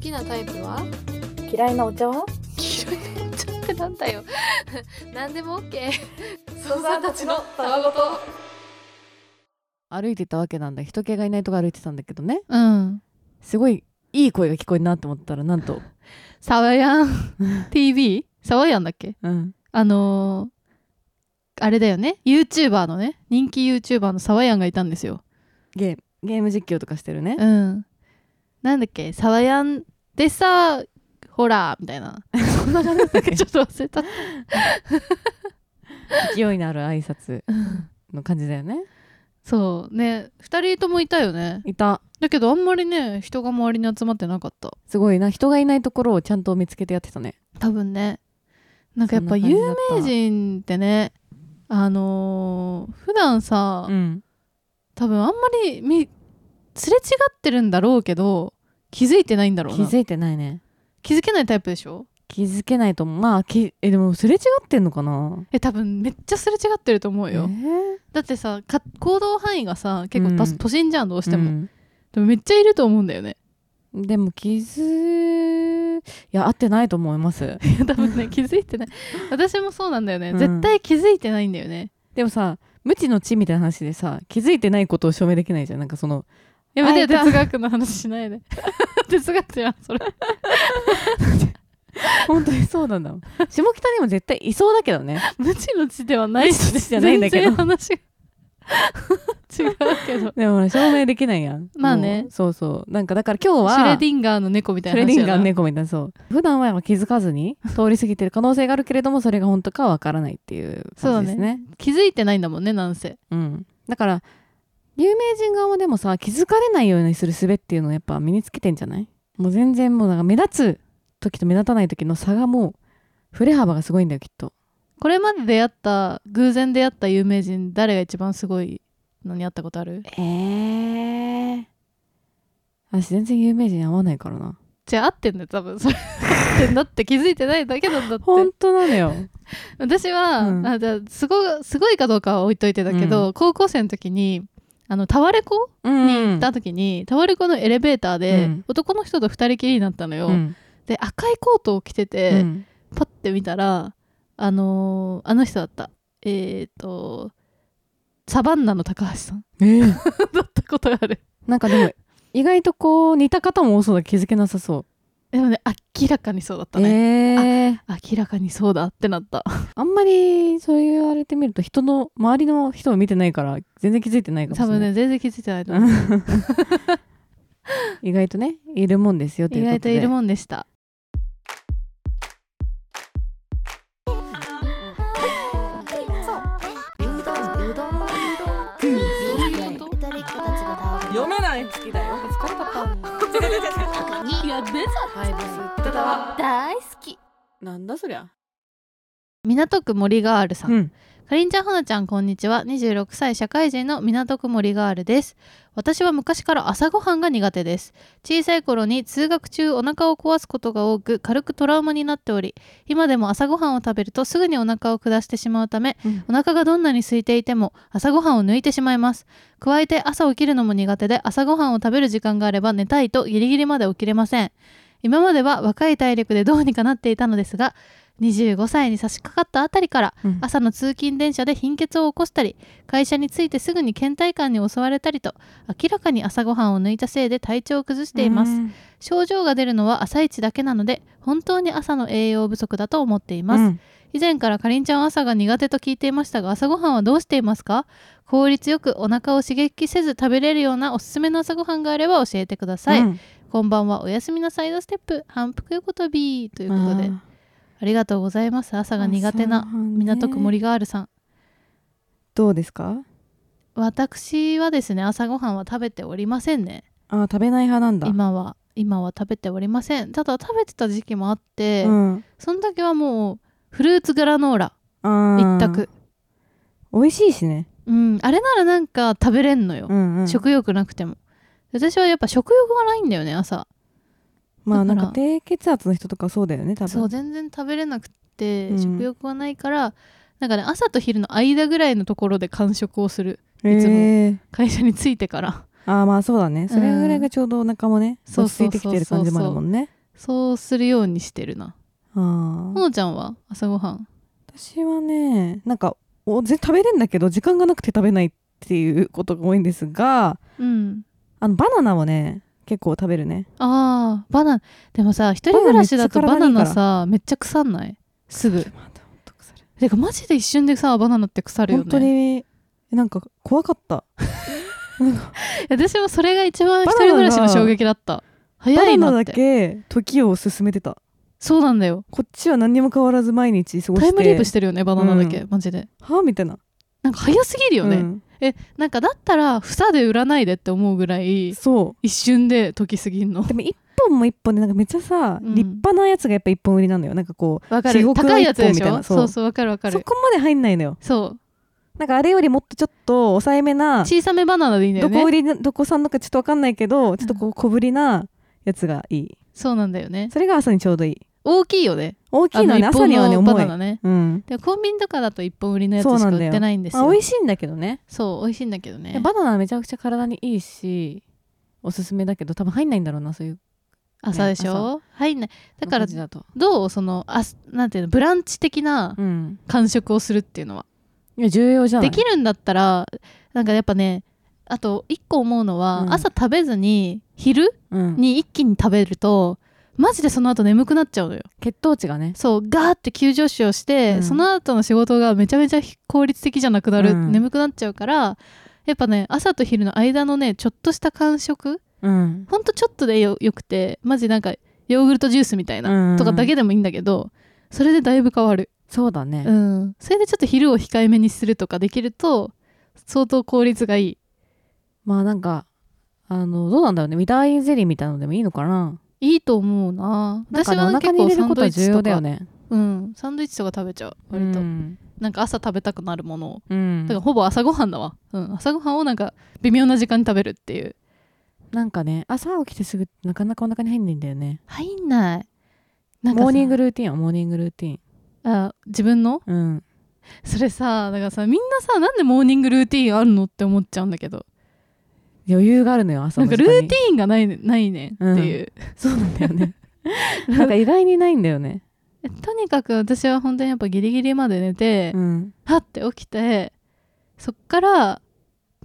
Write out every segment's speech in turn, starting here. きなタイプは嫌いなお茶は黄色いのちょっとなんだよ 何でも OK 父さんたちのたわごと歩いてたわけなんだ人気がいないとこ歩いてたんだけどねうん。すごいいい声が聞こえるなと思ったらなんと、サワヤン TV? サワヤンだっけうん、あのーあれだよね。YouTuber のね、人気 YouTuber のサワヤンがいたんですよ。ゲームゲーム実況とかしてるね、うん。なんだっけ、サワヤンでさ、ほら、みたいな。そんな感じだったっけ ちょっと忘れた。勢いのある挨拶の感じだよねそう。ね、二人ともいたよね。いただけどあんまりね、人が周りに集まってなかった。すごいな人がいないところをちゃんと見つけてやってたね多分ね。なんかやっぱそんな感じ有だった名人ってね、あのー普段さ、うん多分あんまりみすれ違ってるんだろうけど気づいてないんだろう気な気づづいてないねけないタイプでしょ気づけないと思うまあきえでもすれ違ってんのかなえ多分めっちゃすれ違ってると思うよ、えーだってさか行動範囲がさ結構たうん都心じゃんどうしてうも、んでもめっちゃいると思うんだよね でも気づいや合ってないと思いますいや多分ね気づいてない私もそうなんだよね、うん絶対気づいてないんだよねでもさ無知の知みたいな話でさ気づいてないことを証明できないじゃんなんかそ のやめてあいた哲学の話しないで 哲学じゃんそれ本当にそうなんだもん下北にも絶対いそうだけどね無知の知ではない無し知の知じゃないんだけど全然話が 違うけどでもほら証明できないやんまあねもうそうそうなんかだから今 日はシュレディンガーの猫みたいシュなレデ話ィンやガなーの猫みたいなそう普段はやっぱ気づかずに通り過ぎてる可能性があるけれどもそれが本当かわからないっていう感じですね気づいてないんだもんねなんせうんだから有名人側もでもさ気づかれないようにする術っていうのをやっぱ身につけてんじゃないもう全然もうなんか目立つ時と目立たない時の差がもう振れ幅がすごいんだよきっとこれまで出会った偶然出会った有名人誰が一番すごいのに会ったことあるえー、私全然有名人に合わないからなじゃあ会ってんだよ多分それ会ってんだって気づいてないだけなんだって本当なのよ私は、うんあじゃあすごすごいかどうかは置いといてだけど、高校生の時にあのタワレコうに行んった時に、タワレコのエレベーターで、うん男の人と二人きりになったのよ、うんで赤いコートを着てて、うんパッて見たらあのーあの人だったえっ、とサバンナの高橋さんだったことがあるなんかでも意外とこう似た方も多そうだけど気づけなさそでもね明らかにそうだったう、ね、えー、明らかにそうだってなったあんまりそう言われてみると人の周りの人を見てないから全然気づいてないかもし多れ分なねい全然気づいてないと思う 意外とねいるもんですよとい意うことで外といるんもんでした読めない好きだよ疲れたいや出ただわ大好きなんだそりゃ港区森ガールさん、うんかりんちゃんほなちゃんこんにちは26歳社会人の港区森ガールです私は昔から朝ごはんが苦手です小さい頃に通学中お腹を壊すことが多く軽くトラウマになっており今でも朝ごはんを食べるとすぐにお腹を下してしまうため、うんお腹がどんなに空いていても朝ごはんを抜いてしまいます加えて朝起きるのも苦手で朝ごはんを食べる時間があれば寝たいとギリギリまで起きれません今までは若い体力でどうにかなっていたのですが25歳に差し掛かったあたりからうん朝の通勤電車で貧血を起こしたり会社に着いてすぐに倦怠感に襲われたりと明らかに朝ごはんを抜いたせいで体調を崩しています、うん症状が出るのは朝一だけなので本当に朝の栄養不足だと思っています、うん以前からかりんちゃんは朝が苦手と聞いていましたが朝ごはんはどうしていますか効率よくお腹を刺激せず食べれるようなおすすめの朝ごはんがあれば教えてください、うんこんばんはおやすみなサイドステップ反復横跳びということであありがとうございます朝ーが苦手な朝ごはんね港区森ガールさんどうですか私はですね朝ごはんは食べておりませんねあー食べない派なんだ今は今は食べておりませんただ食べてた時期もあって、うんその時はもうフルーツグラノーラあー一択美味しいしね、うんあれならなんか食べれんのよう、んうん、食欲なくても私はやっぱ食欲がないんだよね朝まあなだかんらか低血圧の人とかそうだよね多分そう全然食べれなくて、うん食欲がないからなんかね朝と昼の間ぐらいのところで完食をするえいつもー会社に着いてからああまあそうだねそれぐらいがちょうどお腹もね、うん落ち着いてきてる感じもあるもんねそうするようにしてるなあほーのちゃんは朝ごはん私はねなんかおぜ食べれんだけど時間がなくて食べないっていうことが多いんですがうんあのバナナをね結構食べるねあーバナナでもさ一人暮らしだとババナナめナっナちゃ体にいいからさめっちゃ腐んないすぐまたほんと腐るてかマジで一瞬でさバナナって腐るよね本当になんか怖かった私もそれが一番一人暮らしの衝撃だったバ早ナいナなっだてけ時を進めてたそうなんだよこっちは何にも変わらず毎日過ごしてタイムリープしててるよねバナナだけ、うマジではあみたいななんか早すぎるよね、うんなんかだったら房で売らないでって思うぐらいそ一瞬で時過ぎんのうでも一本も一本でなんかめっちゃさ、うん立派なやつがやっぱ一本売りなんだよなんかこうわか至る極の高いやつで一し本みたいょなそうそうそうわかるわかそるこまで入んないのよそうなんかあれよりもっとちょっと抑えめな、小さめバナナでいいんだよどこ売ねりのどこ産のかちょっとわかんないけどちょっとこう小ぶりなやつがいいそうなんだよねそれが朝にちょうどいい大きいよね大きいのはねあ朝にはね一本の重バいナナねうんでコンビニとかだと一本売りのやつそうしなか売んだっよてないんですよまあ美味しいんだけどねそう美味しいんだけどねバナナはめちゃくちゃ体にいいしおすすめだけど多分入んないんだろうなそういう朝でしょ入んないだか感らじだとどうそのあなんていうのブランチ的なうん完食をするっていうのはいや重要じゃないできるんだったらなんかやっぱねあと一個思うのは、うん朝食べずに昼うん、に一気に食べるとマジでその後眠くなっちゃうのよ血糖値がねそうガーって急上昇して、うんその後の仕事がめちゃめちゃ効率的じゃなくなる、うん眠くなっちゃうからやっぱね朝と昼の間のねちょっとした間食うんほんとちょっとでよよくてマジなんかヨーグルトジュースみたいうんなとかだけでもいいんだけど、それでだいぶ変わるそうだね、うん、それでちょっと昼を控えめにするとかできると相当効率がいいまあなんかあのどうなんだろうねウィダーインゼリーみたいなのでもいいのかないいと思うななん私かねおは腹結に入構れサるンことドイはッチ重と要だか、よねうん、サンドイッチとか食べちゃう割と、うんなんか朝食べたくなるものをうんだからほぼ朝ごはんだわ、うん、朝ごはんをなんか微妙な時間に食べるっていうなんかね朝起きてすぐなかなかお腹に入んないんだよね入んないなんかさモーニングルーティンはモーニングルーティンあ自分のうんそれさだからさみんなさなんでモーニングルーティーンあるのって思っちゃうんだけど余裕があるのよ朝なのんか時ル間ーにティーンがないないねっていう、そうなんだよ ねなんか意外にないんだよねとにかく私は本当にやっぱギリギリまで寝て、うん、はって起きてそっから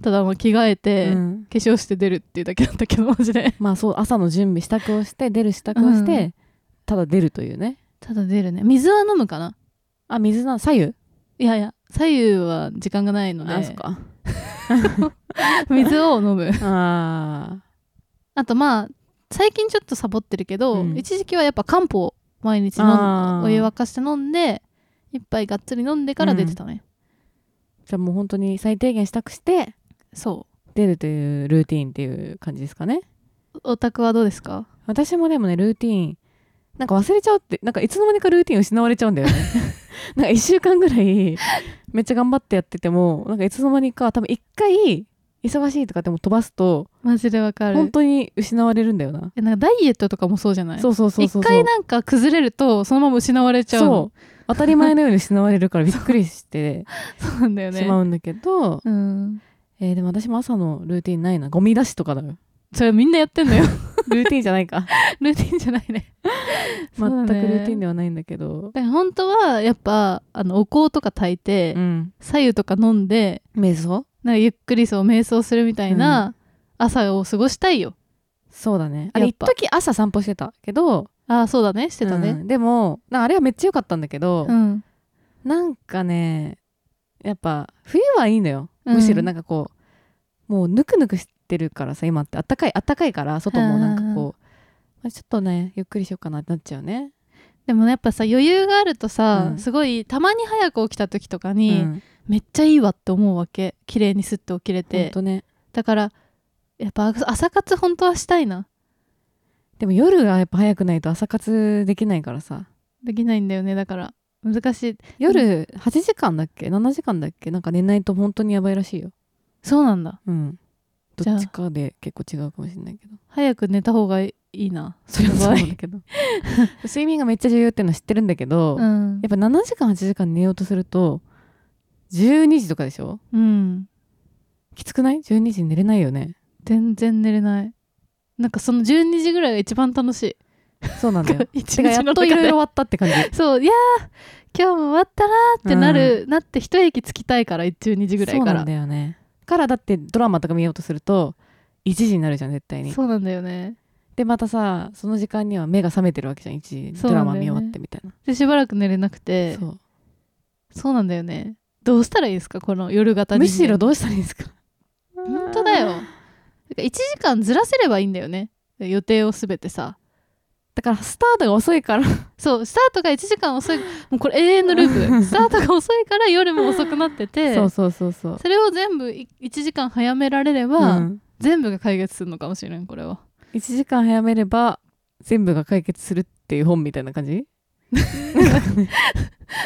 ただもう着替えて、うん化粧して出るっていうだけだったけどマ ジでまあそう朝の準備支度をして出る支度をして、うただ出るというねただ出るね水は飲むかなあ水な左右いやいや左右は時間がないのであそっか 水を飲むああとまあ最近ちょっとサボってるけど、うん一時期はやっぱ漢方を毎日飲んあーお湯沸かして飲んで一杯がっつり飲んでから出てたね、ーじゃあもう本当に最低限支度してそ出るというルーティーンっていう感じですかねうお宅はどうですか私もでもねルーティーンなんか忘れちゃうってなんかいつの間にかルーティーン失われちゃうんだよね なんか1週間ぐらいめっちゃ頑張ってやっててもなんかいつの間にか多分1回忙しいとかでも飛ばすとマジでわか本る当に失われるんだよなえなんかダイエットとかもそうじゃないそうそうそうそうそう一回なんか崩れるとそのまま失われちゃうそのう当たり前のように失われるからびっくりしてそうなんだ よねしまうんだけど、うんえーでも私も朝のルーティーンないなゴミ出しとかだ よそれみんなやってんのよ ルーティーンじゃないかルーティンじゃないね全くルーティーンだではないんだけどから本当はやっぱあのお香とか炊いて、うん左右とか飲んで瞑想なんかゆっくりそう瞑想するみたいな朝を過ごしたいよ、そうだねあれやっ一ぱ時朝散歩してたけどああそうだねしてたねうんでもなんかあれはめっちゃ良かったんだけど、うん、なんかねやっぱ冬はいいのようんむしろなんかこう、もうぬくぬくしてるからさ今ってあったかいあったかいから外もなんかこう、うんうんまあ、ちょっとねゆっくりしようかなってなっちゃうね、でもねやっぱさ余裕があるとさ、うんすごいたまに早く起きた時とかうに、ん、めっちゃいいわって思うわけ綺麗にスッと起きれほんてとねだからやっぱ朝活本当はしたいなでも夜はやっぱ早くないと朝活できないからさできないんだよねだから難しい夜8時間だっけ7時間だっけなんか寝ないと本当にやばいらしいよそうなんだうんじゃどっあちかで結構違うかもしれないけど早く寝た方がいいなそれそうはなんだけど 睡眠がめっちゃ重要っていうのは知ってるんだけど、やっんぱ7時間8時間寝ようとすると12時とかでしょうんきつくない ?12 時に寝れないよね全然寝れないなんかその12時ぐらいが一番楽しいそうなんだよ 一てかや日っのと中いろいろで終。わったって感じそういやー今日も終わったなーってなる、なって一駅着きたいから12時ぐらいそうかならんだよねからだってドラマとか見ようとすると1時になるじゃん絶対にそうなんだよねでまたさその時間には目が覚めてるわけじゃん1時そうドなラんだよマ見ね終わってみたいなでしばらく寝れなくそう,、てそうなんだよねどうしたらいいですかこの夜型人間むしろどうしたらいいんですか本当だよだから1時間ずらせればいいんだよね予定をすべてさだからスタートが遅いからそうスタートが1時間遅いもうこれ永遠のルー プスタートが遅いから夜も遅くなっててそうそうそうそうそれを全部1時間早められれば、うん全部が解決するのかもしれんこれは1時間早めれば全部が解決するっていう本みたいな感じ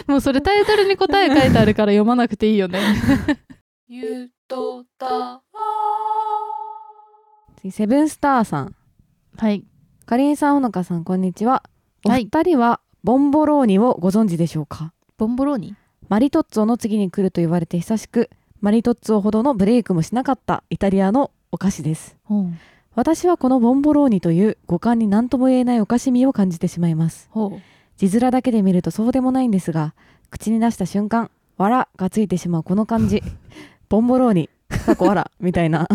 もうそれタイトルに答え書いてあるから読まなくていいよね。ゆとた次セブンスターさん はい。かりんさんほのかさんこんにちはおはい二人はボンボローニをご存知でしょうかボンボローニ。マリトッツォの次に来ると言われて久しくマリトッツォほどのブレイクもしなかったイタリアのお菓子ですほう。私はこのボンボローニという五感に何とも言えないお菓子味を感じてしまいますほ字面だけで見るとそうでもないんですが口に出した瞬間「わら」がついてしまうこの感じ「ボンボローニ」「過去わら」みたいな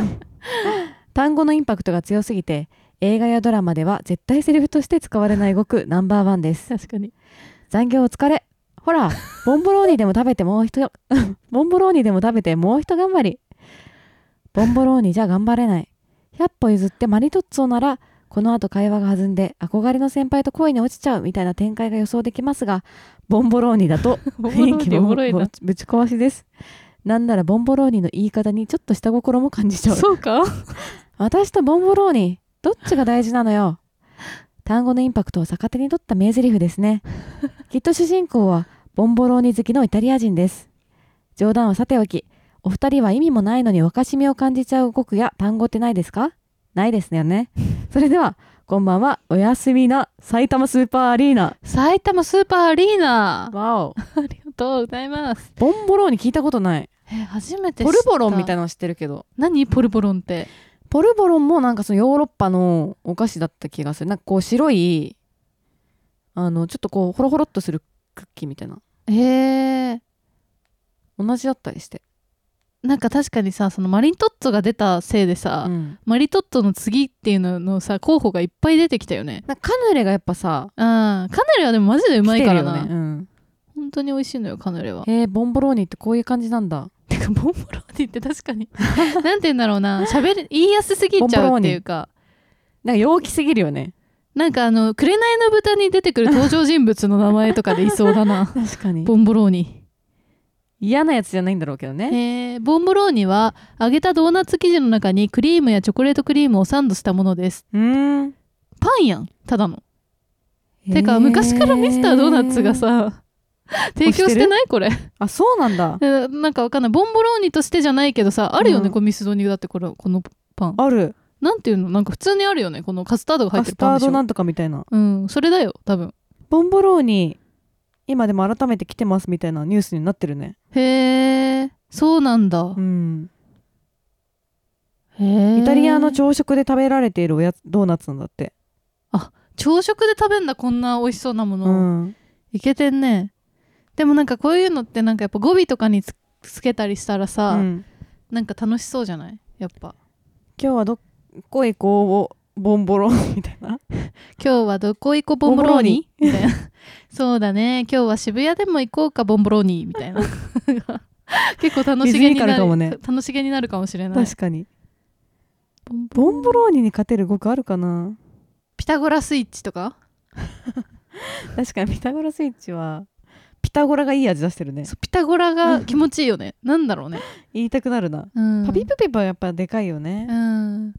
単語のインパクトが強すぎて映画やドラマでは絶対セリフとして使われない語句ナンバーワンです確かに。残業お疲れほらボンボローニでも食べてもうひと ボンボローニでも食べてもうひと頑張りボンボローニじゃ頑張れない100歩譲ってマリトッツォならこの後会話が弾んで憧れの先輩と恋に落ちちゃうみたいな展開が予想できますがボンボローニだと ボンボロ雰囲ー気ニおももぶろいな。ぶち壊しですなんならボンボローニの言い方にちょっと下心も感じちゃうそうか。私とボンボローニどっちが大事なのよ単語のインパクトを逆手に取った名台詞ですねきっと主人公はボンボローニ好きのイタリア人です冗談はさておきお二人は意味もないのに若しみを感じちゃう語句や単語ってないですかないですよねそれではこんばんはおやすみな埼玉スーパーアリーナ埼玉スーパーアリーナ。あわおりがとうございます。ボンボローニ聞いたことないえ、初めてポルボロンみたいなな。の知ってるけど何ポルボロンって。ポルボロンもなんかそのヨーロッパのお菓子だった気がするなんかこう白いあのちょっとこうホロホロっとするクッキーみたいなへえ。同じだったりして、なんか確かにさ、そのマリトッツォが出たせいでさ、うんマリトッツォの次っていうののさ、候補がいっぱい出てきたよね。なんかカヌレがやっぱさああ、カヌレはでもマジでうまいから来てな。るよねうん本当に美味しいのよ、カヌレは。へえボンボローニってこういう感じなんだ てかボンボローニって確かになんて言うんだろうな喋り言いやすすぎちゃうっていうかなんか陽気すぎるよねなんかあの「紅の豚」に出てくる登場人物の名前とかでいそうだ な確かにボンボローニ嫌なやつじゃないんだろうけどねえーボンボローニは揚げたドーナツ生地の中にクリームやチョコレートクリームをサンドしたものですうーんパンやんただのてか昔からミスタードーナツ がさ提供してないこれあそうなんだえーなんかわかんないボンボローニとしてじゃないけどさあるよね、うんこれミスドニだってこれこのパンあるなんていうのなんか普通にあるよねこのカスタードが入カってスるパタンーでしドょなんとかみたいなうん、それだよ、多分。ボンボローニ今でも改めて来てますみたいなニュースになってるねへえ、そうなんだう。んへえ。イタリアの朝食で食べられているおやつドーナツなんだって、朝食で食べんだ、こんな美味しそうなもうの。ん、いけてんね。でもなんかこういうのってなんかやっぱ語尾とかにつつけたりしたらうさ、んなんか楽しそうじゃないやっぱ。今日はどっこいこうをボンボローニみたいな今日はどこ行こうボンボローニみたいな。 そうだね。今日は渋谷でも行こうかボンボローニみた いな。結構楽しげになリズミカルかもる、ね楽しげになるかもしれない。確かにボンボボンボローニに勝てる語句あるかなピタゴラスイッチとか、確かにピタゴラスイッチはピタゴラがいい味出してるねそうピタゴラが気持ちいいよね。なんだろうね。言いたくなるな、うんパピプピパはやっぱでかいよねうん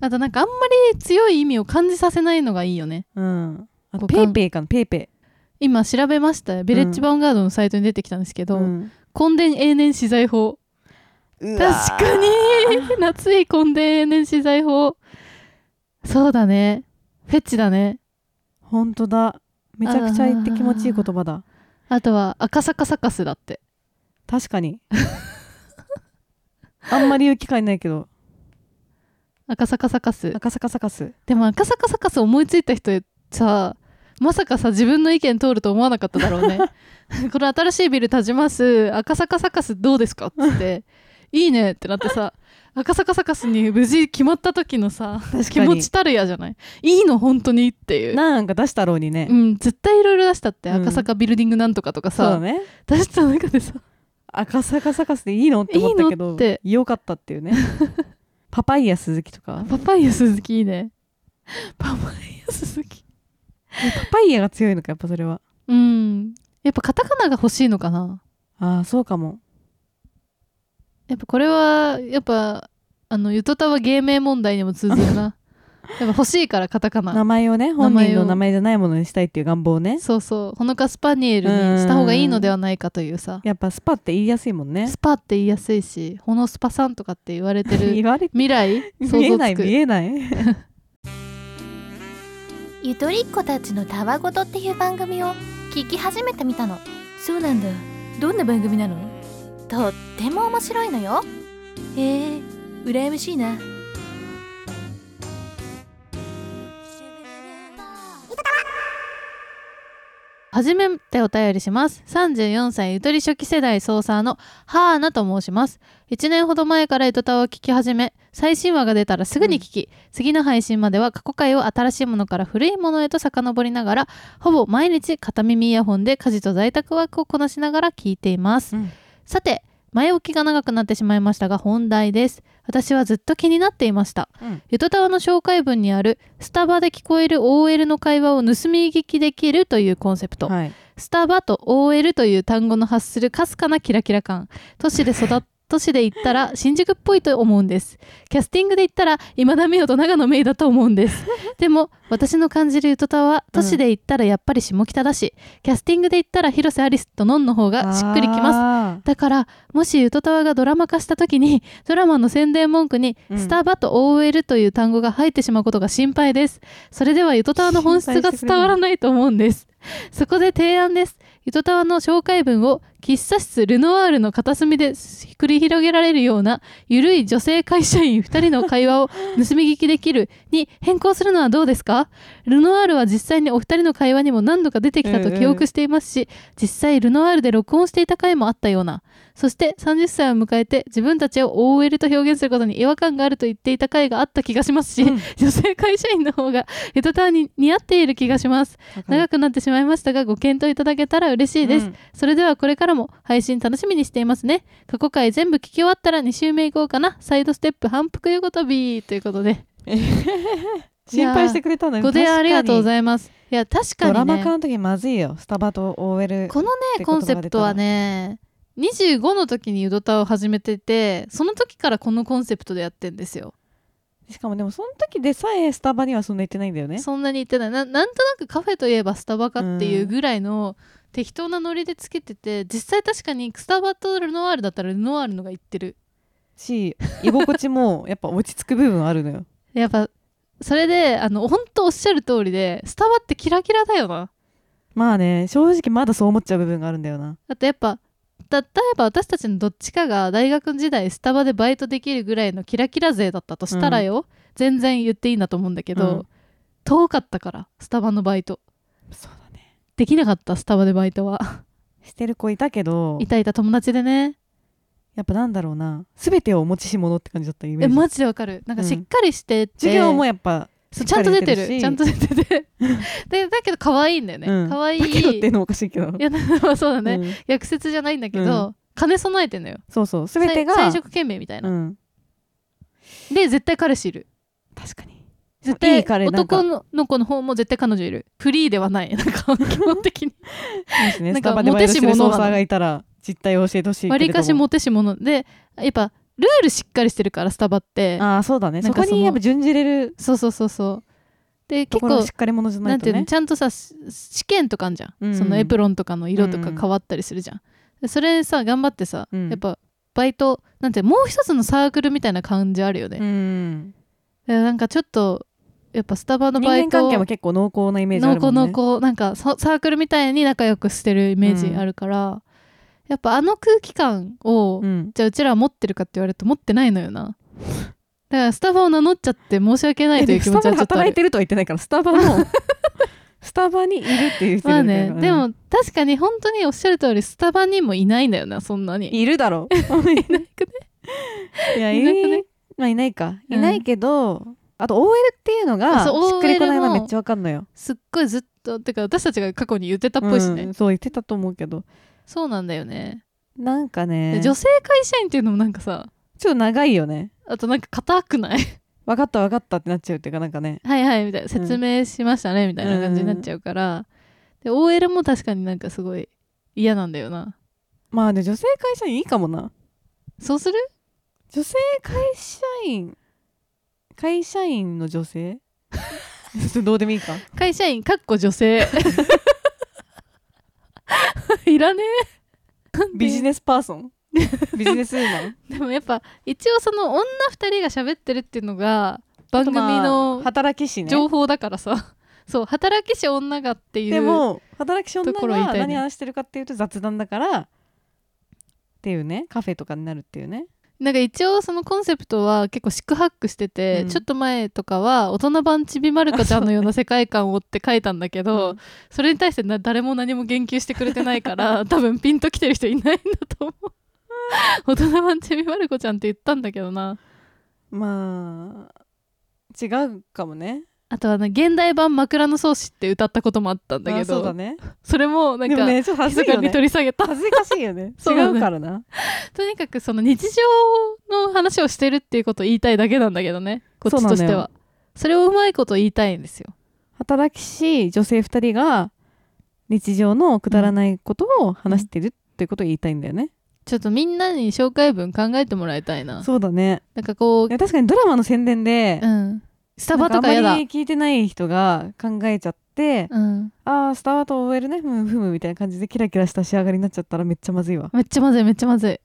あとなんかあんまり強い意味を感じさせないのがいいよねうんあとペ五感イペイかなペイペ今調べましたよビレッジヴァンガードのサイトに出てきたんですけイ、ど、根田永年資材法確確かに夏井根田永年資材法そうだねフェチだね本当だめちゃくちゃ言って気持ちいい言葉だあとは赤坂サカスだって確か にあんまり言う機会ないけど赤坂サカス赤坂サカスでも赤坂サカス思いついた人さまさかさ自分の意見通ると思わなかっただろう ねこれ新しいビル建ちます赤坂サカスどうですかっつ っていいねってなってさ赤坂サカスに無事決まった時のさ確気持ちたるやじゃないいいの本当にっていうなんか出したろうにね、うん絶対いろいろ出したって、うん赤坂ビルディングなんとかとかそうさ、だね出した中でさ赤坂サカスでいいのって思ったけいいのどってよかったっていうね パパイヤ鈴木とかパパイヤ鈴木い いねパパイヤ鈴木パパイヤが強いのかやっぱそれはうんやっぱカタカナが欲しいのかなああそうかもやっぱこれはやっぱあのゆとたわ芸名問題にも通ず るなやっぱ欲しいからカタカ名ナ前をね名前を本人の名前じゃないものにしたいっていう願望ねそうそうほのかスパニエルにした方がいいのではないかというさやっぱスパって言いやすいもんねスパって言いやすいしほのスパさんとかって言われてる言われ未来想 見え像ないつ見くえないゆとりっ子たちのたわごとっていう番組を聞き始めてみたのそうなんだどんな番組なのとっても面白いのよへえ羨ましいな初めてお便りします34歳ゆとり初期世代操作のはーなと申します1年ほど前からゆとたわを聞き始め最新話が出たらすぐに聞き、次の配信までは過去回を新しいものから古いものへと遡りながらほぼ毎日片耳イヤホンで家事と在宅ワークをこなしながら聞いています、うんさて前置きが長くなってしまいましたが本題です私はずっと気になっていました、うんゆとたわの紹介文にあるスタバで聞こえる OL の会話を盗み聞きできるというコンセプト、はいスタバと OL という単語の発するかすかなキラキラ感都市で育っ 都市で行ったら新宿っぽいと思うんですキャスティングで行ったら今田美桜と長野芽郁だと思うんですでも私の感じるゆとたは都市で行ったらやっぱり下北だし、キャスティングで行ったら広瀬アリスとのんの方がしっくりきますまだからもしゆとたわがドラマ化した時に ドラマの宣伝文句に、うんスタバと OL という単語が入ってしまうことが心配ですそれではゆとたわの本質が伝わらないと思うん ですそこで提案ですゆとたわの紹介文を喫茶室ルノワールの片隅で繰り広げられるようなゆるい女性会社員2人の会話を盗み聞きできるに変更するのはどうですかルノワールは実際にお二人の会話にも何度か出てきたと記憶していますし、実際ルノワールで録音していた回もあったようなそして30歳を迎えて自分たちを OL と表現することに違和感があると言っていた回があった気がしますし、うん女性会社員の方がゆとたわに似合っている気がします長くなってしまいましたがご検討いただけたら嬉しいです、それではこれからも配信楽しみにしていますね過去回全部聞き終わったら2週目行こうかなサイドステップ反復横跳びということで 心配してくれたのよご提案ありがとうごいざいますいや確かドラにマね化の時まずいよスタバと OL このねコンセプトはね25の時にゆどたを始めててその時からこのコンセプトでやってんですよ、しかもでもその時でさえスタバにはそんな行ってないんだよねそんなに言ってないななんとなくカフェといえばスタバかっていうぐらいの適当なノリでつけてて実際確かにスタバとルノワールだったらルノワールのが言ってるし居心地もやっぱ落ち着く部分あるの よやっぱそれであの本当おっしゃる通りでスタバってキラキラだよなまあね正直まだそう思っちゃう部分があるんだよなだってやっぱた例えば私たちのどっちかが大学時代スタバでバイトできるぐらいのキラキラ勢だったとしたらよ、全然言っていいんだと思うんだけうど、ん遠かったからスタバのバイトそうだねできなかったスタバでバイトは してる子いたけどいたいた友達でねやっぱなんだろうな全てをお持ちし物って感じだったイメえージマジでわかるなんかしっかりしてて、授業もやっぱそうちゃんと出てるしっちゃかんりと出 ててでだけど可愛いんだよね、うん可愛いだけどっていうのもおかしいけどいやでもそうだね、うん逆説じゃないんだけど、う兼ね備えてんのよそうそう全てがさい才色懸命みたいな、うんで絶対彼氏いる確かに絶対いい彼なんか男の子の方も絶対彼女いるフリーで はないなんか基本的にそうですねなスんかタバでバイトしてモるテしソー者なサのーがいたら実態を教えてほしいけれどもわりかしモテし者でやっぱルールしっかりしてるからスタバってああそうだねなんそかこそのにやっぱ準じれるそうそうそうそうでと結ころ構はしっかり者じゃなないんとていうのねちゃんとさし試験とかあんじゃん、うんうんそのエプロンとかの色とうんかうん変わったりするじゃん、でそれさ頑張ってさ、うんやっぱバイトなんてもう一つのサークルみたいな感じあるよね、うんでなんかちょっとやっぱスタバの人バイ間ト関係も結構濃厚なイメージあるもんね濃厚濃厚なんかササークルみたいに仲良くしてるイメージあるから、やっぱあの空気感を、うんじゃあうちらは持ってるかって言われると持ってないのよなだからスタバを名乗っちゃって申し訳ないという気持ちはちょっスタとバあで働いる てるとは言ってないからスタバのタバにいるっていう人まがあいるからね、でも確かに本当におっしゃる通りスタバにもいないんだよなそんなにいるだろ ういなくねいやいいななくくねねまあいないかうんいないけど、あと OL っていうのがあしそうっくりこない OL のもめっちゃわかんのよすっごいずっとてか私たちが過去に言ってたっぽいしね、うんそう言ってたと思うけどそうなんだよね、なんかねちょっ女性会社員っていうのもなんかさと長いよねあとなんか硬くない分かった分かったってなっちゃうっていうかなんかねはいはいみたいな説明しましたね、みたいな感じになっちゃうから、で OL も確かになんかすごい嫌なんだよなまあで女性会社員いいかもなそうする女性会社員会社員の女性ちょっとどうでもいいか会社員かっこ女性 いらねえなんでビジネスパーソンビジネスウーマンでもやっぱ一応その女2人が喋ってるっていうのが 番組あとまあの働き師ね情報だからさ、そう働きし女がっていうでも働きし女ところを言いがたいね何話してるかっていうと雑談だからっていうねカフェとかになるっていうねなんか一応そのコンセプトは結構四苦八苦してて、うんちょっと前とかは大人版ちびまる子ちゃんのような世界観をって書いたんだけど、うんそれに対してな誰も何も言及してくれてないから 多分ピンときてる人いないんだと思う 大人版ちびまる子ちゃんって言ったんだけどなまあ違うかもねあとはね現代版枕草子って歌ったこともあったんだけあどそうだねそれもなんでか、もねちょっと恥ず密かしかいよにね取り下げた、恥ずかしいよね そうだね違うからなとにかくその日常の話をしてるっていうことを言いたいだけなんだけどねこっちとしそうなのてよはそれをうまいこと言いたいんですよ働きし女性2人が日常のくだらないことを話してるってことを言いたいんだよね、ちょっとみんなに紹介文考えてもらいたいなそうだねなんかこいや確かにドラマの宣伝で、う、うん、スタなバんかあとんかまりやだ聞いてない人が考えちゃって、うん、ああスタバと OL ねふむふむみたいな感じでキラキラした仕上がりになっちゃったらめっちゃまずいわめっちゃまずいめっちゃまずい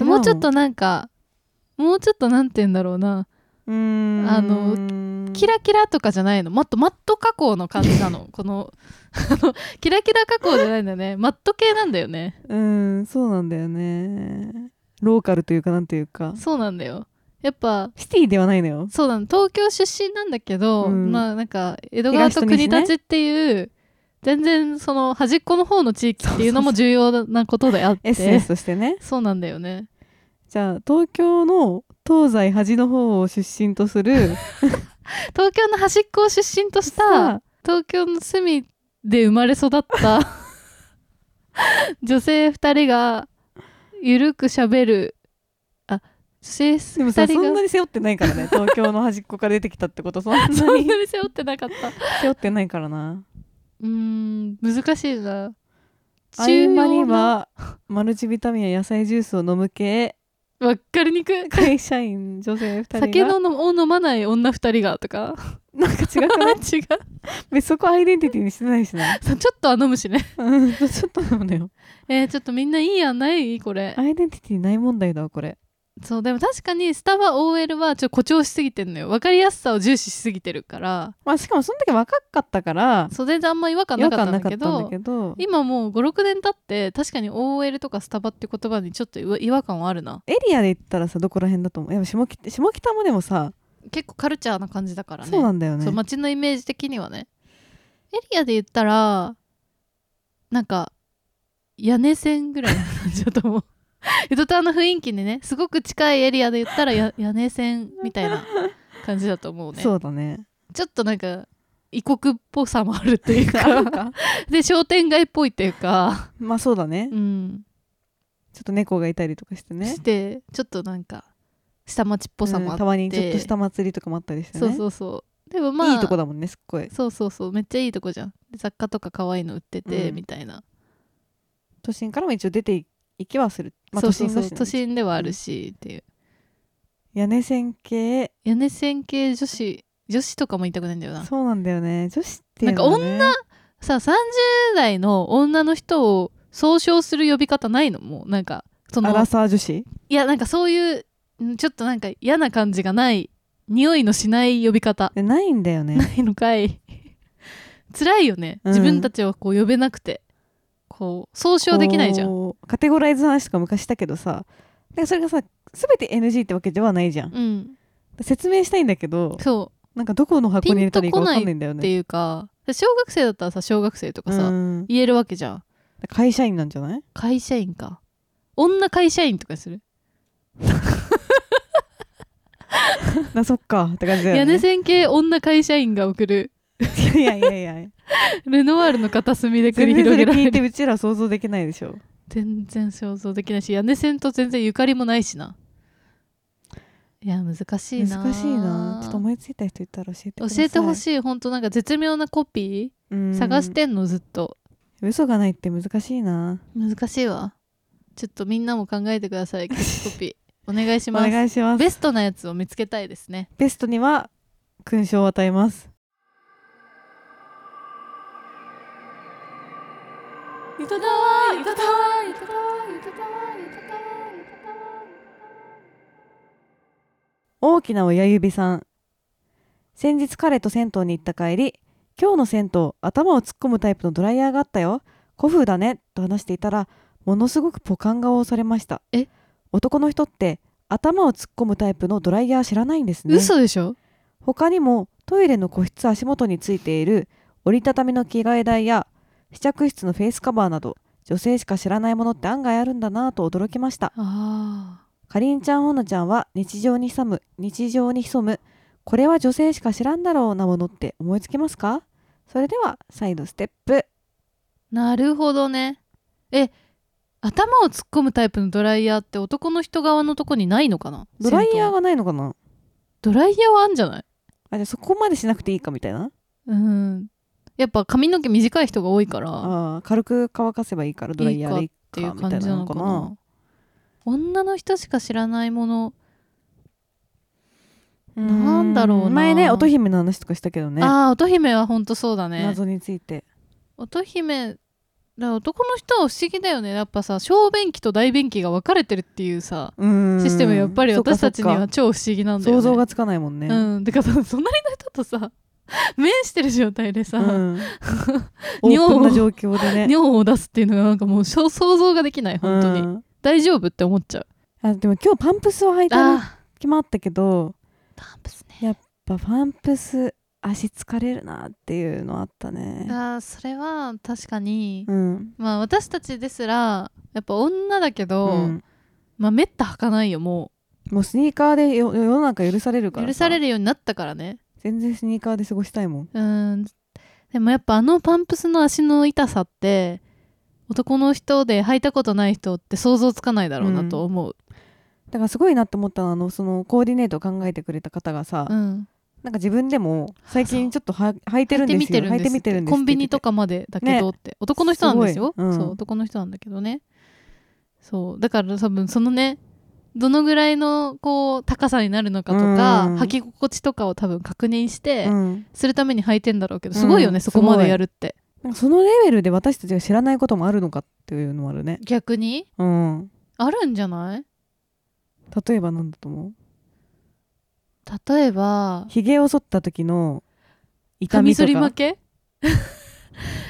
違もうちょっとなんかもうちょっとなんて言うんだろうなうーんあのキラキラとかじゃないのマットマット加工の感じなの この あのキラキラ加工じゃないんだよねマット系なんだよねうーんそうなんだよねローカルというかなんというかそうなんだよやっぱシティではないのよそうなの東京出身なんだけど、うんまあなんか江戸川と国立っていう、全然その端っこの方の地域っていうのも重要なことであって SS としてねそうなんだよねじゃあ東京の東西端の方を出身とす る東京の端っこを出身とした東京の隅で生まれ育った女性2人がゆるく喋るあ女性2でも人さがそんなに背負ってないから ね東京の端っこから出てきたってことそんなそんになに背負ってなかった背負ってないからなうーん難しいな合間重に要なはマルチビタミンや野菜ジュースを飲む 系わっかりにくい会社員女性2人が酒ののを飲まない女2人がとかなんか違 くない違う別にそこアイデンティティにしてないし なそうちょっとは飲むしねうんちょっとなのよえー、ちょっとみんないいやんないこれアイデンティティない問題だわこれそうでも確かにスタバ OL はちょっと誇張しすぎてんのよ分かりやすさを重視しすぎてるからまあしかもその時若かったからそれであんま違和感違和なか感ったんなだかっけたんどだけど今もう56年経って確かに OL とかスタバって言葉にちょっと違和感はあるなエリアで言ったらさどこら辺だと思うやっぱ下北下北もでもさ、結構カルチャーな感じだからねそうなんだよねそう街のイメージ的にはねエリアで言ったらなんか屋根線ぐらいな感じだと思う 江戸川の雰囲気にねすごく近いエリアで言ったらや屋根線みたいな感じだと思うねそうだねちょっとなんか異国っぽさもあるっていうあるかか で商店街っぽいっていうか、 まあそうだね、うんちょっと猫がいたりとかしてねしてちょっとなんか下町っぽさもうあっんて、たまにちょっとした祭りとかもあったりしてねそうそうそうでもまあいいとこだもんねすっごいそうそうそうめっちゃいいとこじゃんで雑貨とか可愛いの売ってて、うんみたいな都心からも一応出てい行きはする、まあ、そ都う心そうだしそうね都心ではあるしっていう屋根線系屋根線系女子女子とかも言いたくないんだよなそうなんだよね女子っていうのはねさあ30代の女の人を総称する呼び方ないのもうなんかそアラのサー女子いやなんかそういうんちょっとなんか嫌な感じがない匂いのしない呼び方で ないんだよ ねないのかい辛いよねうん自分たちはこう呼べなくて、こう総称できないじゃんこうカテゴライズの話とか昔したけどさでそれがさ全て NG ってわけではないじゃんうん説明したいんだけどそなんかどこの箱に入れたらいいかわかんないんだようってねいうかで小学生だったらさ小学生とかさ、うん言えるわけじゃん会社員なんじゃない 会社員か女会社員とかにするあそっかって感じだ屋よ根ね線系女会社員が送るいやいやいやいやルノワールの片隅 で繰り全然広そげれら聞れいてるうちら想像できないでしょ全然想像できないし屋根線と全然ゆかりもないしないや難しいな難しいなちょっと思いついた人いたら教えてく教ださいえてほしい本当なんか絶妙なコピうんー探してんのずっと嘘がないって難しいな難しいわちょっとみんなも考えてくださいキャッチコピーお願いしおます願いしますベストなやつを見つけたいですねベストには勲章を与えますいただいただいただいただいただいただ大きな親指さん先日彼と銭湯に行った帰り今日の銭湯頭を突っ込むタイプのドライヤーがあったよ古風だねと話していたらものすごくポカンが押されましたえ男の人って頭を突っ込むタイプのドライヤー知らないんですね嘘でしょ他にもトイレの個室足元についている折りたたみの着替え台や試着室のフェイスカバーなど女性しか知らないものって案外あるんだなぁと驚きましたあかりんちゃんほのちゃんは日常に潜む日常に潜むこれは女性しか知らんだろうなものって思いつきますかそれでは再度ステップーなるほどねえ頭を突っ込むタイプのドライヤーって男の人側のとこにないのかなドライヤーががないのかなドライヤーはあんじゃないあじゃあそこまでしなくていいかみたいなうんやっぱ髪の毛短い人が多いからっあー軽く乾かせばいいからドライヤーでいいていうかみた感いじななののかかなな女の人しか知らないもの、なんだろうなう前ね乙姫の話とかしたけどねああ乙姫はほんとそうだね謎について乙姫だ男の人は不思議だよねやっぱさ小便器と大便器が分かれてるっていうさシシステムやっぱり私たちには超不思議なんだよね想像がつかないもんね、うんてかさ隣の人とさ 面してる状態でさ、 うんオープンな状況でね尿を出すっていうのがなんかもう想像ができない本当に、うん大丈夫って思っちゃうあでも今日パンプスを履いたあ時もあったけどーパンプスねやっぱパンプス足疲れるなっていうのあったねあーそれは確かに、うんまあ私たちですらやっぱ女だけど、うんまあめった履かないよももうスニーカーでよ世の中許されるかうら許されるるようになったからね全然スニーカーで過ごしたいもんうんでもやっぱあのパンプスの足の痛さって男の人で履いたことない人って想像つかないだろうなと思う、だからすごいなと思ったのはあのそのコーディネートを考えてくれた方がさ、うん、なんか自分でも最近ちょっとは履いて履るいんてでみすてよるんで履すいてみてるんですコンビニとかかまでだけどって、男の人なんですよすごいうんそう男の人なんだけどねそうだから多分そのねどのぐらいのこう高さになるのかとか、うん履き心地とかを多分確認して、うん、するために履いてんだろうけどすごいよね、うんそこまでやるってなんかそのレベルで私たちが知らないこともあるのかっていうのもあるね。逆にうん。あるんじゃない例えばなんだと思う例えばひげを剃った時の痛カミみとソリ負か。け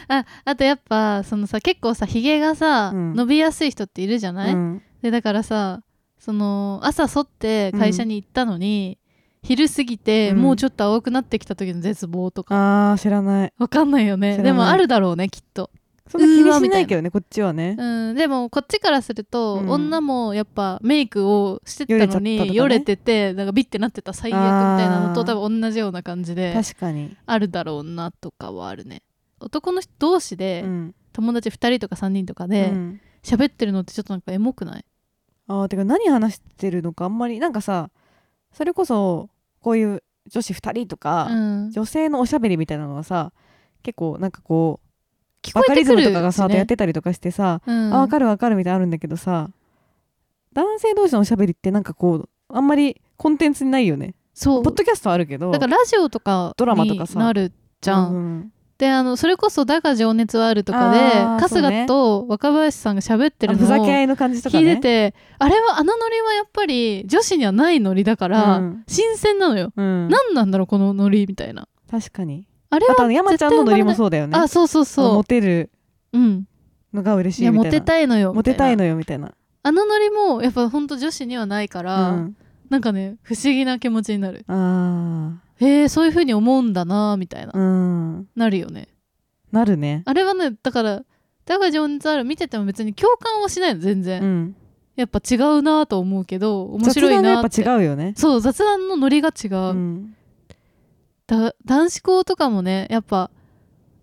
ああとやっぱそのさ結構さひげがさ、うん伸びやすい人っているじゃない、うんでだからさその朝剃って会社に行ったのに、昼過ぎて、うんもうちょっと青くなってきた時の絶望とかあー知らない。わかんないよね知らないでもあるだろうねきっと、そんな気うーにわしみたないいなけどねこっちはね。うん、でもこっちからすると、うん女もやっぱメイクをしてたのによれ,、よれちゃったとかねててなんかビッてなってた最悪みたいなのとあー多分同じような感じで確かに。あるだろうなとかはあるね男の人同士で、うん友達2人とか3人とかうでん喋ってるのってちょっとなんかエモくないあーてか何話してるのかあんまりなんかさそれこそこういう女子2人とうか、ん、女性のおしゃべりみたいなのはさ結構なんかこう聞バこカえリてズくムるとかがさしねやってたりとかしてさうん、あ分かる分かるみたいなのあるんだけどさ男性同士のおしゃべりってなんかこうあんまりコンテンツにないよねそうポッドキャストはあるけどだからラジオとかドラマとかさになるじゃん、うんであのそれこそ「だが情熱はある」とかであー春そう日ねと若林さんが喋ってあるふのざをけ合いの感じとか聞ねいててあれはあのノリはやっぱり女子にはないノリだから、うん新鮮なのよ、うん、何なんだろうこのノリみたいな確かにあれあとあは、の山ちゃんのノリもそうだよねあそうそうそモテるううんのが嬉しいいやみモたいなテたいのよモテみたないのよみたいなあのノリもやっぱほんと女子にはないから、うんなんかね不思議な気持ちになるあへえそういうふうに思うんだなみたいな、うんなるよねなるねあれはねだからダガジョーンズ・アール見てても別に共感はしないの全然、うんやっぱ違うなと思うけど面白い雑談がなやっってぱ違うよねそう雑談のノリが違う、うんだ男子校とかもねやっぱ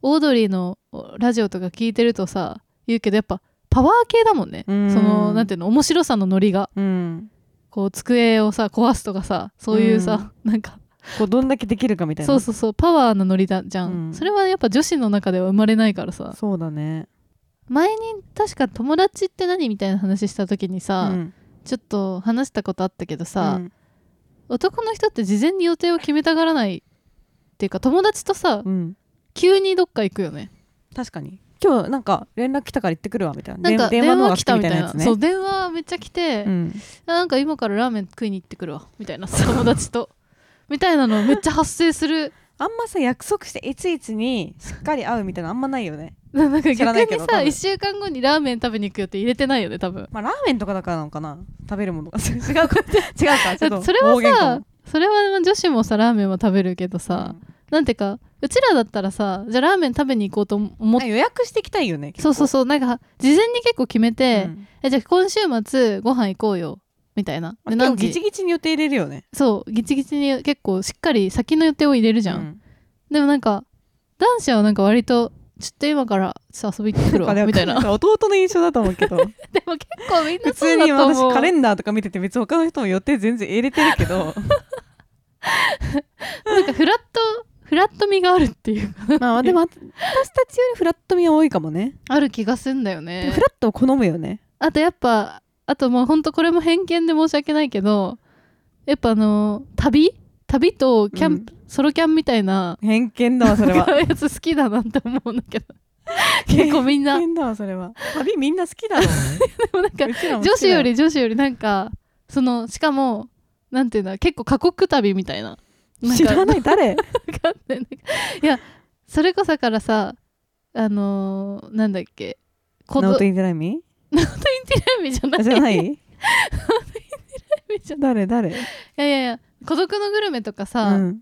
オードリーのラジオとか聞いてるとさ言うけどやっぱパワー系だもんねそうんのなんていうの面白さのノリがうんこう机をさ壊すとかさそういうさ、なんかこうどんだけできるかみたいなそうそうそうパワーのノリだじゃん、うんそれはやっぱ女子の中では生まれないからさそうだね前に確か友達って何みたいな話した時にさ、うんちょっと話したことあったけどさ、うん男の人って事前に予定を決めたがらないっていうか友達とさ、うん急にどっか行くよね確かに今日なんか連絡来たから行ってくるわみたいななんかで電話来たみたいやなつねそう電話めっちゃ来て、うんあなんか今からラーメン食いに行ってくるわみたいなさ友達と みたいなのめっちゃ発生するあんまさ約束していついつにしっかり会うみたいなのあんまないよねななんか知ら逆ないけにど多さ分1週間後にラーメン食べに行くよって入れてないよね多分まあラーメンとかだからなのかな食べるも のが違うか違うかちょっだっとてそれ大はげんかさもそれは女子もさラーメンは食べるけどさ、なんていうかうちらだったらさじゃあラーメン食べに行こうと思うっん予約してきたいよねそうそうそうなんか事前に結構決めうて、んえじゃあ今週末ご飯行こうよみたいなまあで結構何ギチ時ギチに予定入れるよねそうギチギチに結構しっかり先の予定を入れるじゃん、うんでもなんか男子はなんか割とちょっと今からちょっと遊び行ってくる わなんかみたいななんか弟の印象だと思う けどでも結構みん普なそ通うにだと思私うカレンダーとか見てて別に他の人も予定全然入れてるけどなんかフラットフラット味があるっていうかまあでも私たちよりフラットみは多いかもねある気がすんだよでもねフラットを好むよねあとやっぱあともうほんとこれも偏見で申し訳ないけどやっぱあの旅旅とキャンプ、ソロキャンみたいな偏見だわそれ はやつ好きだなって思うんだ けど結構みんな偏で見だわそれは旅みんな好きだろもなんかうちらも好きだ女子より女子よりなんかそのしかもなんていうんだ結構過酷旅みたいななん知からない誰わかんないなんかいやそれこそだからさあのーなんだっけこナオどトインテラミテレビじゃないじゃないミじゃ誰誰いやいやいや孤独のグルメとかさ、うん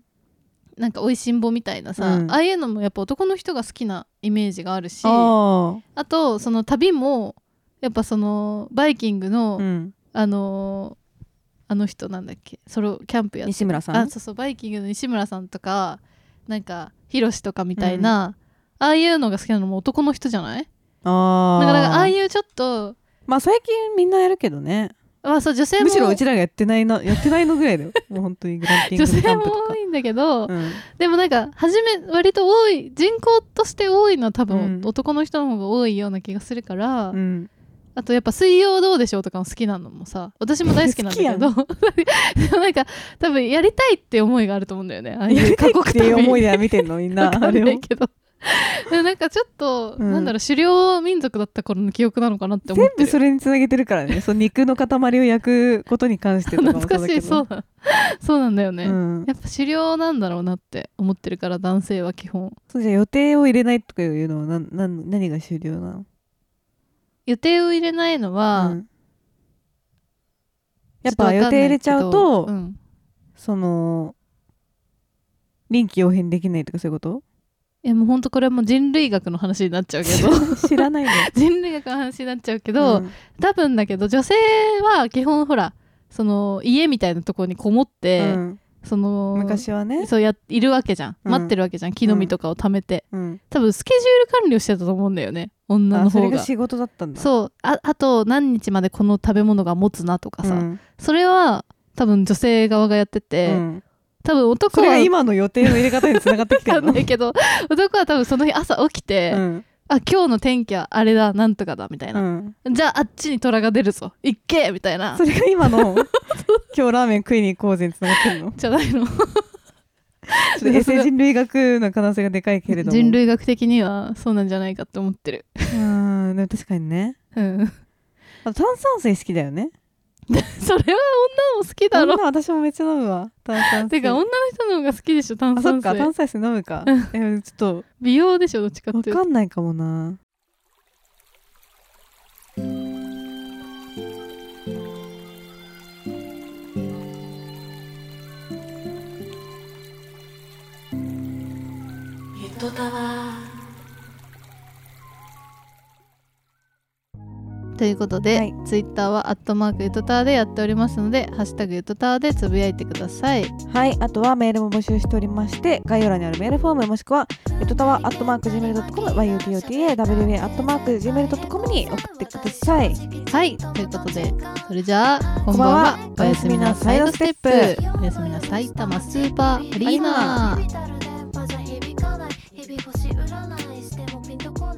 なんかおいしんぼみたいなさ、うんああいうのもやっぱ男の人が好きなイメージがあるしああとその旅もやっぱそのバイキングの、あ、うん、あのーあの人なんだっけソロキャンプやっ西村さあんそうそうバイキングの西村さんとかなんかヒロシとかみたいな、ああいうのが好きなのも男の人じゃないあだあからなんかああいうちょっと、まあ最近みんなやるけどねまあ、そう女性もむしろうちらがやってないなやってないのぐらい だよもう本当にグランピング女キャ性ンもプとか多いんだけど、うんでもなんか初め割と多い人口として多いのは多分うん男の人の方が多いような気がするから、うんあとやっぱ「水曜どうでしょう」とかも好きなのもさ私も大好きなんだけどで もなんか多分やりたいって思いがあると思うんだよねああいやうりたい過っ酷ていう旅思いで見てんのみんな わかあんれないをけどでもなんかちょっと、うんなんだろう狩猟民族だった頃の記憶なのかなって思っ全て部るそれにつなげてる からねその肉の塊を焼くことに関してとかも懐かしいそうだそうなんだよね、うんやっぱ狩猟なんだろうなって思ってるから男性は基本そうじゃあ予定を入れないとかいうのはなんなん何が終了なの予定を入れないのは、うんやっぱ予定入れちゃうと、んその臨機応変できないとかそういうこいやもうほんとこれはもう人類学の話になっちゃうけど と知らないの人類学の話になっちゃうけど、多分だけど女性は基本ほらその家みたいなところにこもって、うんその昔はね、そうやいるわけじゃん、うん待ってるわけじゃん木の実とかを貯めて、うん、多分スケジュール管理をしてたと思うんだよね女あのそ方れがが仕事だったんだうそうああと何日までこの食べ物が持つなとかさ、んそれは多分女性側がやってて、うん多分男それはが今の予定の入れ方につながってきてわる かんのないけど男は多分その日朝起きて、うんあ今日の天気はあれだなんとかだみたいな、うんじゃああっちに虎が出るぞ行けみたいなそれが今 の今日ラーメン食いに行こうぜにつなが ってるのちょじゃないのっと衛生人類学の可能性がでかいけれども人類学的にはそうなんじゃないかって思ってるうんでも確かにねうん あと炭酸水好きだよねそれは女も好きだ女ろ私もめっちゃ飲むわ炭酸水てか女の人の方が好きでしょ炭あそ酸っか水炭酸水飲むかえちょっ と美容でしょどっちかっわていうとかんないかもな。とたわということで、はいツイッターは「アットマークゆとたわ」でやっておりますので「ハッシュタグゆとたわ」でつぶやいてくださいはい、あとはメールも募集しておりまして、概要欄にあるメールフォームもしくは、ゆとたわ、アットマーク、gmail.com、yutota、wa、アットマーク、gmail.com に送ってください。はいということでそれじゃあこんばんはこんばんはおやすみなサイドステップおやすみおやすみな埼玉スーパーアリーナ響かない日々星占いしてもピンとこない